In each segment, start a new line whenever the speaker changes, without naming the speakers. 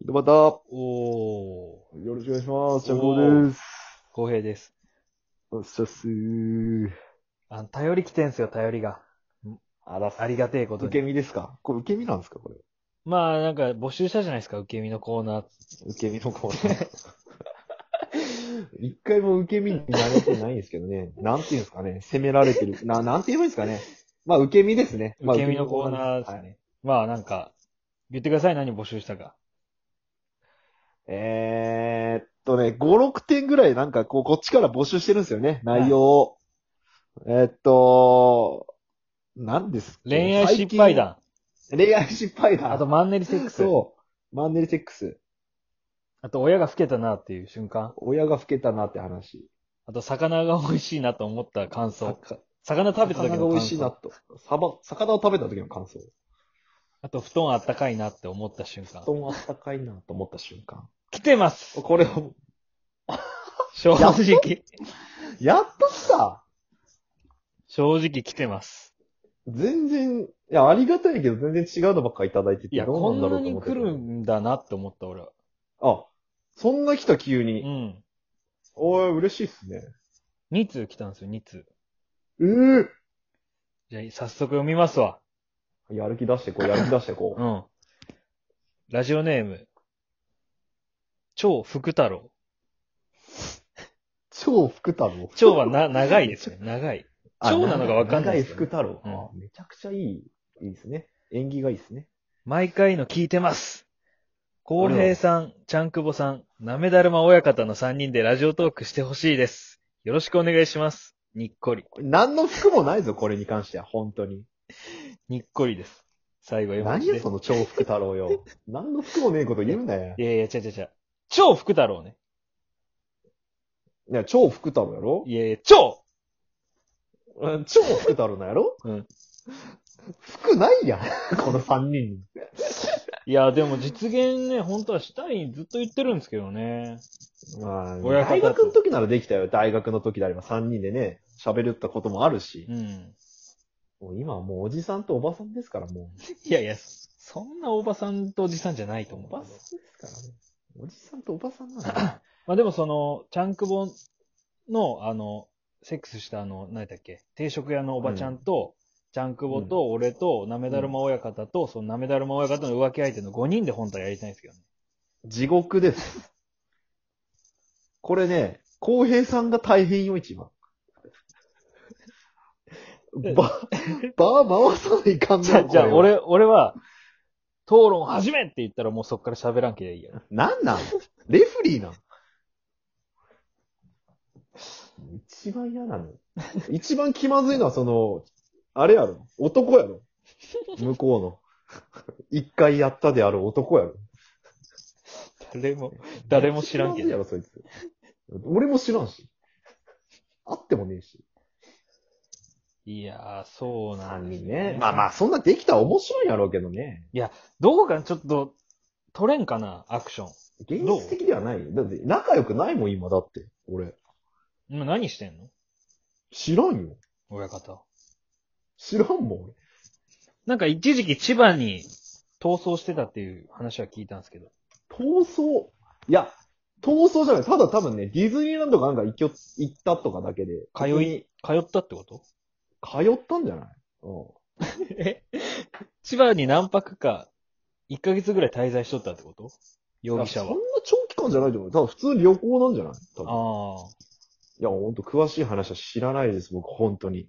井戸端、よ
おー、
ろしくお願いします。ジャンボです。
公平です。
おっしゃっすー。
あの、頼り来てんすよ、頼りが。
あら
ありがてえこと
受け
に。
身ですかこれ受け身なんですかこれ。
まあ、なんか、募集したじゃないですか、受け身のコーナー。
受け身のコーナー。一回も受け身になれてないんですけどね。なんていうんですかね。責められてる。な、なんて言えばいいんですかね。まあ、受け身ですね。まあ、
受け身のコーナーですね。
はい
まあ、なんか、言ってください、何募集したか。
えーっとね、5、6点ぐらいなんかこう、こっちから募集してるんですよね。内容を。えーっと、何ですっけ
恋愛失敗。談。
最近恋愛失敗談。
あと、マンネリセックス。
そう。マンネリセックス。
あと、親が老けたなっていう瞬間。
親が老けたなって話。
あと、魚が美味しいなと思った感想。
さか
魚食べた
魚
時の感
が
想。
美味しいなと。サバ、魚を食べた時の感想。
あと、布団あったかいなって思った瞬間。
布団あったかいなと思った瞬間。
来てます
これを、
正直。
やっと来た
正直来てます。
全然、いや、ありがたいけど全然違うのばっかりいただいてて、
いや、
ど
こ
うなん
ん
だろ
な
うと
に
思って
来
た
るんだなって思った、俺は。
あ、そんな来た急
う
に。
ん。
おい、嬉しいっすね。
2通来たんですよ、2通。
えー、
じゃあ、早速読みますわ。
やる気出してこう、やる気出してこ
うん。ラジオネーム。超福太郎。
超福太郎。
超 はな、長いですね。長い。
あ
超なのかわかんない
長
で
い
すけど
福太郎、
うん
あめちゃくちゃいい、いいですね。縁起がいいですね。
毎回の聞いてます。浩平さん、ちゃんくぼさん、なめだるま親方の3人でラジオトークしてほしいです。よろしくお願いします。にっこり。
何の服もないぞ、これに関しては、本当に。
にっこりです。最後絵文
何
字
よ、
で。
その超福太郎 よ。何の服もねえこと言うなよ。
いやいや、違う違う違う。超福太郎ね。
いや、超福太郎やろ
いやいや、超
うん超福太郎なんやろ
うん。
服ないやん、 この三人。
いや、でも実現ね、本当はしたい、ずっと言ってるんですけどね。
まあ、
親方
大
と
学の時ならできたよ。大学の時であれば三人でね、喋ったこともあるし
う。ん。
もう今はもうおじさんとおばさんですから、もう。
いやいや、そそんなおばさんとおじさんじゃないと思
お
うけ
ば。
ど
さんですからね。おじさんとおばさんなんだ。
まあでもその、ちゃんくぼの、あの、セックスしたあの、何だっけ、定食屋のおばちゃんと、ちゃんくぼと、俺と、なめだるま親方と、そのなめだるま親方の浮気相手の5人で本当はやりたいんですけどね。
地獄です。これね、浩平さんが大変よ、一番。ば、ば回さないかん
じゃ
な
あ、じゃあ、。俺、俺は、討論始めって言ったらもうそっから喋らんけりゃいいや。
なんなんレフリーなん一番嫌なの。一番気まずいのはその、あれやろ。男やろ。向こうの。一回やったである男やろ。
誰も、誰も知らんけ
気まずいや
ど。
ろ、そいつ。俺も知らんし。会ってもねえし。
いやー、そうなん
三
です
人
よ
ね。まあまあ、そんなできたら面白いんやろうけどね。
どこかちょっと、取れんかな、アクション。
現実的ではないよ。だって、仲良くないもん、今、だって。俺。
今何してんの
知らんよ。
親方。
知らんもん、俺。
なんか一時期千葉に逃走してたっていう話は聞いたんですけど。
逃走。いや、逃走じゃない。ただ多分ね、ディズニーランドかなんか行きょ行ったとかだけで。
通い。通ったってこと
通ったんじゃないうん。
え 千葉に何泊か、1ヶ月ぐらい滞在しとったってこと容疑者
いやそ
は
んな。長期間じゃないと思う。ただ普通に旅行なんじゃない多分。
ああ。
いや、ほんと詳しい話は知らないです、僕、本当に。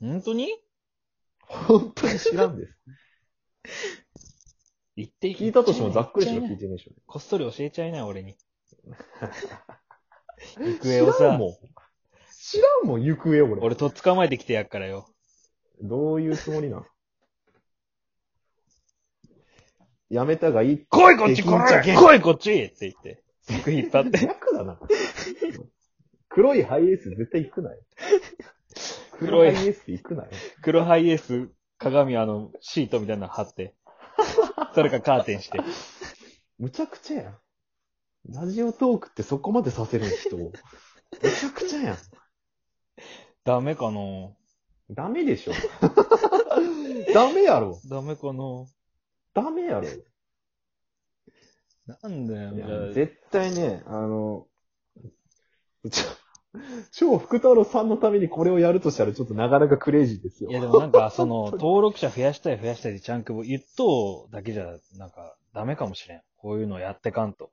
本当に
本当に知らん です。
行って
聞いたとしてもざっくりしか
行
聞い
ちゃいな
てないでしょ。
こっそり教えちゃいな、俺に。行
知
方を
らん
さ、
もん。知らんもん、行方俺。
俺とっ捕まえてきてやっから よ。
どういうつもりなんやめたがいい。
来いこっち
できんじゃ
来
け
い
ん
来いこっちって言って。僕引っ張って。
逆だな。黒いハイエース絶対行くなよ。黒
黒
い
い
ハイエース行くなよ。
黒ハイエース、鏡、あの、シートみたいなの貼 って。それかカーテンして。
むちゃくちゃやん。ラジオトークってそこまでさせる人を。むちゃくちゃやん。
ダメかな
ダメでしょ。ダメやろ。
ダメかな
ダメやろ。
なんだよ、
い
じ
や
ゃあ
絶対ね、あの、ちょ超福太郎さんのためにこれをやるとしたらちょっとなかなかクレイジーですよ。
いやでもなんか、その、登録者増やしたい増やしたいで、チャンクボ一等だけじゃ、なんか、ダメかもしれん。こういうのやってかんと。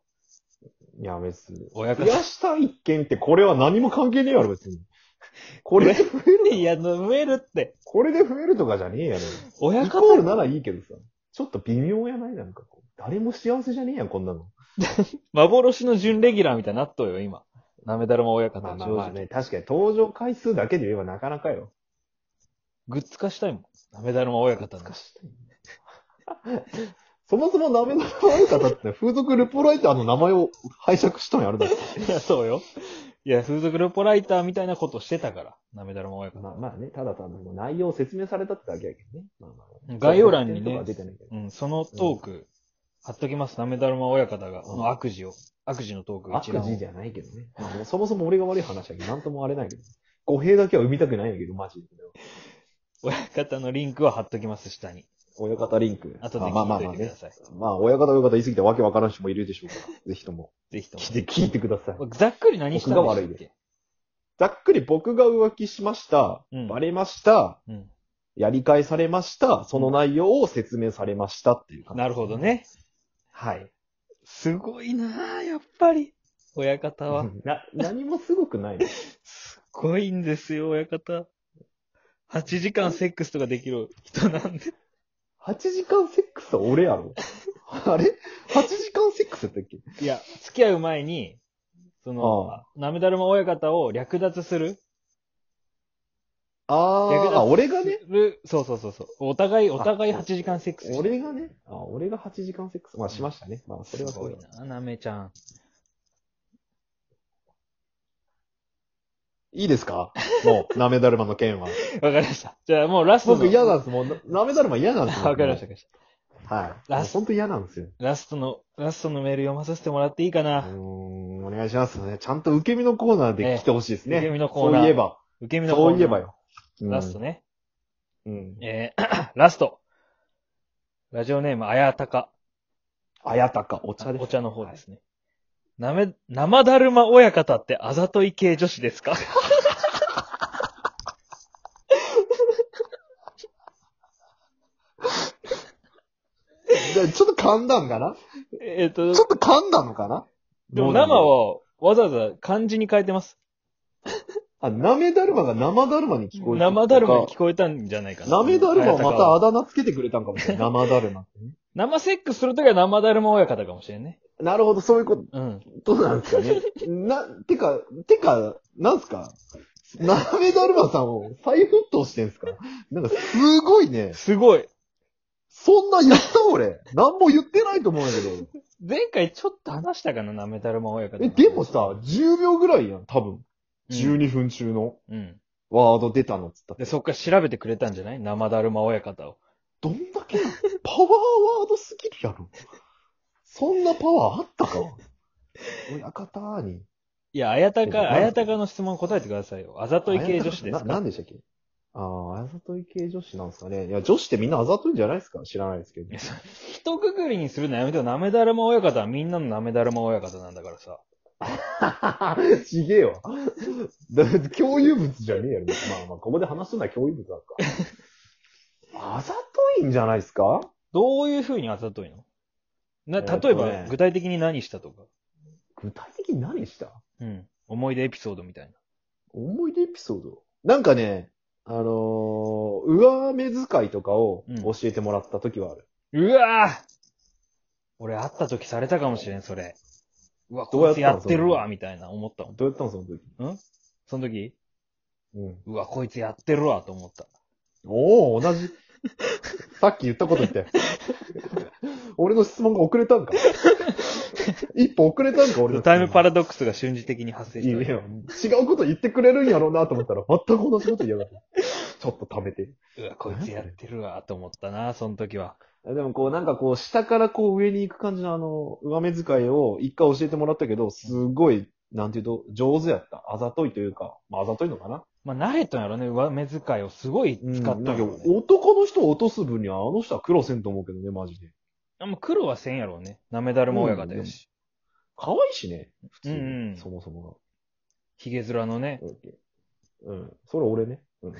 いや、別に。
親
増
方
やしたい一件ってこれは何も関係ねえやろ、別に。これで増える、
いや、増えるって。
これで増えるとかじゃねえやろ。
親
イコー
方
ルならいいけどさ。ちょっと微妙やないなんかこう。誰も幸せじゃねえやん、こんなの。
幻の準レギュラーみたいになっとうよ、今。なめだるま親方、
まあまあ
正
まあ
直。
ね、確かに登場回数だけで言えばなかなかよ。
グッズ化したいもん。なめだるま親方の。
そもそもなめのある方って風俗ルポライターの名前を拝借したんやるだろ。
いや、そうよ。いや、風俗ルポライターみたいなことしてたから。なめだるま親方。
まあまあね、ただ単に内容を説明されたってだけやけどね。まあまあ
概要欄にね
そういうことは出てないけど
うん、そのトーク、貼っときます。なめだるま親方が、その悪事を。悪事のトーク一覧
悪
を
事じゃないけどね。まあもうそもそも俺が悪い話だけど、なんともあれないけど。語弊だけは生みたくないんだけど、マジで。
親方のリンクは貼っときます、下に。
親方リンク。
後で
まあま
聞
あ
い
ま
と
あ
いてく
ね
だ。さい。
まあ、親方親方言い過ぎてわけわからん人もいるでしょうから。ぜひとも。
ぜひとも
来。て、聞いてください。
ざっくり何したんでしたっ
僕が悪い
け
ざっくり僕が浮気しました。
うん
バレました。
うん。
やり返されました。その内容を説明されましたっていう感じ。
なるほど。ね。
はい。
すごいなあやっぱり。親方は。
な、何もすごくないの。
すごいんですよ、親方。8時間セックスとかできる人なんで。
8時間セックスは俺やろ。 あれ ?8 時間セックスやったっけ
いや、付き合う前に、その
あ、
なめだるま親方を略奪する
あ
略奪
あ、俺がね。
するそうそうそうそう。お互い、お互い
あ
8時間セックスして
俺がね。あ俺が8時間セックス。まあしましたね。まあそれは
す
そ
ご
う
い
だ。
な、なめちゃん。
いいですかもう、なめだるまの 件は。
わかりました。じゃあもうラストの。
僕嫌なんです。もう、ななめだるま嫌なんですよ。。
わかりました。わかりました
はい。
ラ
もう
ス
本当嫌なんですよ。
たラストの、ラストのメール読まさせてもらっていいか
う
な
ー。ん、お願いしますね。ちゃんと受け身のコーナーで来てほしいですね。
ええ受け身のコーナー
そういえば。
受け身のコー
そ
ナー
ういえば。よ。うん
ラスト。ね。
うん。
えー ラスト。ラジオネーム、あやたか。
あやたか、お茶です。
お茶の方ですね。なめ、生だるま親方ってあざとい系女子で すか
でちょっと噛んだんかな
えっと
ちょ、っと噛んだのかな
でも生。はわざわざ漢字に変えてます。
あ、なめだるまが生だるまに聞こえた。
生だるまに聞こえたんじゃないかな。
なめだるまはまたあ
あやかは
だ名つけてくれたんかもし れない。生だるまってね。
生セックスするときは生だるま親方かもしれんね。
なるほど、そういうこ
うん。
となんですか ね。な、てか、てか、なんすかなめだるまさんを再沸騰してんすかなんかすごいね。
すごい。
そんな言った俺。なんも言ってないと思うんだけど。
前回ちょっと話したかな、なめだるま親方。
え、でもさ、10秒ぐらいやん、多分。
うん、
12分中の
うん。
ワード出たのっつったって
で、そっから調べてくれたんじゃない生だるま親方を。
どんだけ、パワーワードすぎるやろ。そんなパワーあったか親方に。
いや、あやた
えなん
か、あやたかの質問答えてくださいよ。あざとい系女子です
なな
か
んでしたっけああ、あざとい系女子なんですかね。いや、女子ってみんなあざといんじゃないですか知らないですけど
いや。そ 一括りにするのやめてよ。なめだるま親方はみんなのなめだるま親方なんだからさ。
ちげえわ。だって共有物じゃねえやろ。まあまあ、ここで話すのは共有物だから。あざといんじゃないですか
どういうふうにあざといのな、
えーとね
例えば、具体的に何したとか。
具体的に何した
うん。思い出エピソードみたい
思い出エピソードなんかね、あのー上目遣いとかを教えてもらった時はある。
な。うわぁ俺会った時されたかもしれん、それ。うわ、
どう
こ
やっ
いつ
たの
やってる
そ
わ、
れ
みたいな思ったもん。
どうやったのその時。
その時、
うん。
うわ、こいつやってるわ、と思った。
おお同じ。さっき言ったこと言って。俺の質問が遅れたんか。一歩遅れたんか、俺の質問。
タイムパラドックスが瞬時的に発生
い
し
や
た。
いや違うこと言ってくれるんやろうなと思ったら、全く同じこと言いやがって。ちょっと食べて。
うわ、こいつやってるわ、と思ったな、その時は。
でもこう、なんかこう、下からこう上に行く感じのあの、上目遣いを一回教えてもらったけど、すごい、なんていうと、上手やった。あざといというか、まあ、あざといのかな。
まあ、慣れたんやろね、上目遣いをすごい使っ
だ
たんや
けど
ろね、
男の人を落とす分にはあの人は苦労せんと思うけどね、マジで。
あ、もう黒はせんやろうね。なめだるま親方やし。
可愛いしね、普通に、
うんうん
そもそも
ひげ面のね。
が。うん。それ俺ね。うん。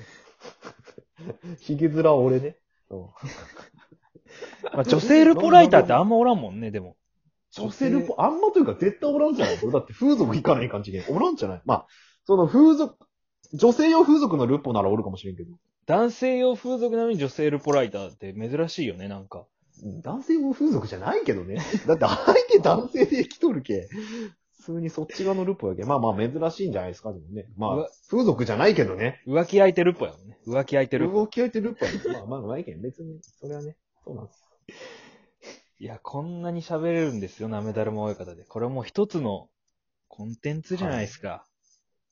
ひげ面は俺ね。うん。
まあ、女性ルポライターってあんまおらんもん ね、でも。
女性ルポ、あんまというか絶対おらんじゃない俺だって風俗行かない感じで。おらんじゃないまあ、その風俗、女性用風俗のルポならおるかもしれんけど、
男性用風俗なのに女性ルポライターって珍しいよね、なんか。
うん男性用風俗じゃないけどね。だって相手男性で来とるけ。普通にそっち側のルポやけ。まあまあ珍しいんじゃないですか、でもね。
う
まあ
わ、
風俗じゃないけどね。
浮気相手ルポやもんね。浮気相手ルポ。
動き相手ルポやけど。まあまあまあ、いいけん別に、それはね、そうなんです。
いや、こんなに喋れるんですよ、なめだるま親方で。これはもう一つのコンテンツじゃないですか。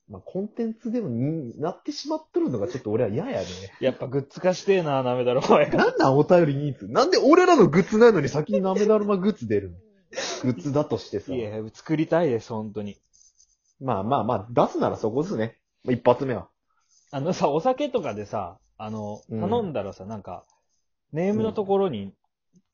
まあ、コンテンツでもになってしまっとるのがちょっと俺は嫌やね。
やっぱグッズ化してえな、なめだるま親方。
なんなんお便りニーズ。なんで俺らのグッズないのに先にナメダルマグッズ出るの グッズだとしてさ
い。や、作りたいです、本当に。
まあまあまあ、出すならそこですね。まあ一発目は。
あのさ、お酒とかでさ、あの、
うん
頼んだらさ、なんか、ネームのところに、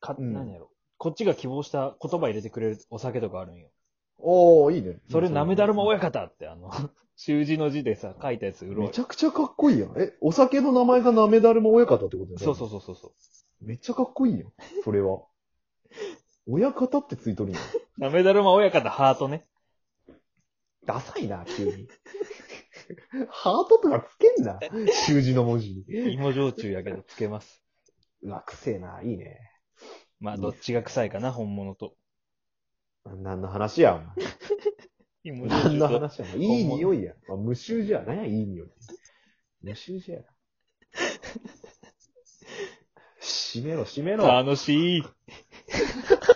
か、
うん
何やろ。こっちが希望した言葉入れてくれるお酒とかあるんよ。
おー、いいね。
それ、なめだるま親
方。
方って、あの、 習字の字でさ、書いたやつ売ろう
め
よ
ち。ゃくちゃかっこいいやん。え、お酒の名前がなめだるま親方ってことだよね。。
そうそうそうそうそう
めっちゃかっこいいやん。それ は。親方ってついとるやん。
う。なめだるま親方ハートね。
ダサいな、急 に。ハートとかつけんな。 習字の文字に。
芋焼酎やけどつけます。
うわ、くせえな、いいね。
まあ、どっちが臭いかな、本物と。
何の話や、お前。
芋
何
焼
の
酎と。
話やのいい匂いや。まあ、無臭じゃ。何や、いい匂い。無臭じゃ。閉めろ、閉め
あ
ろ。
のしい。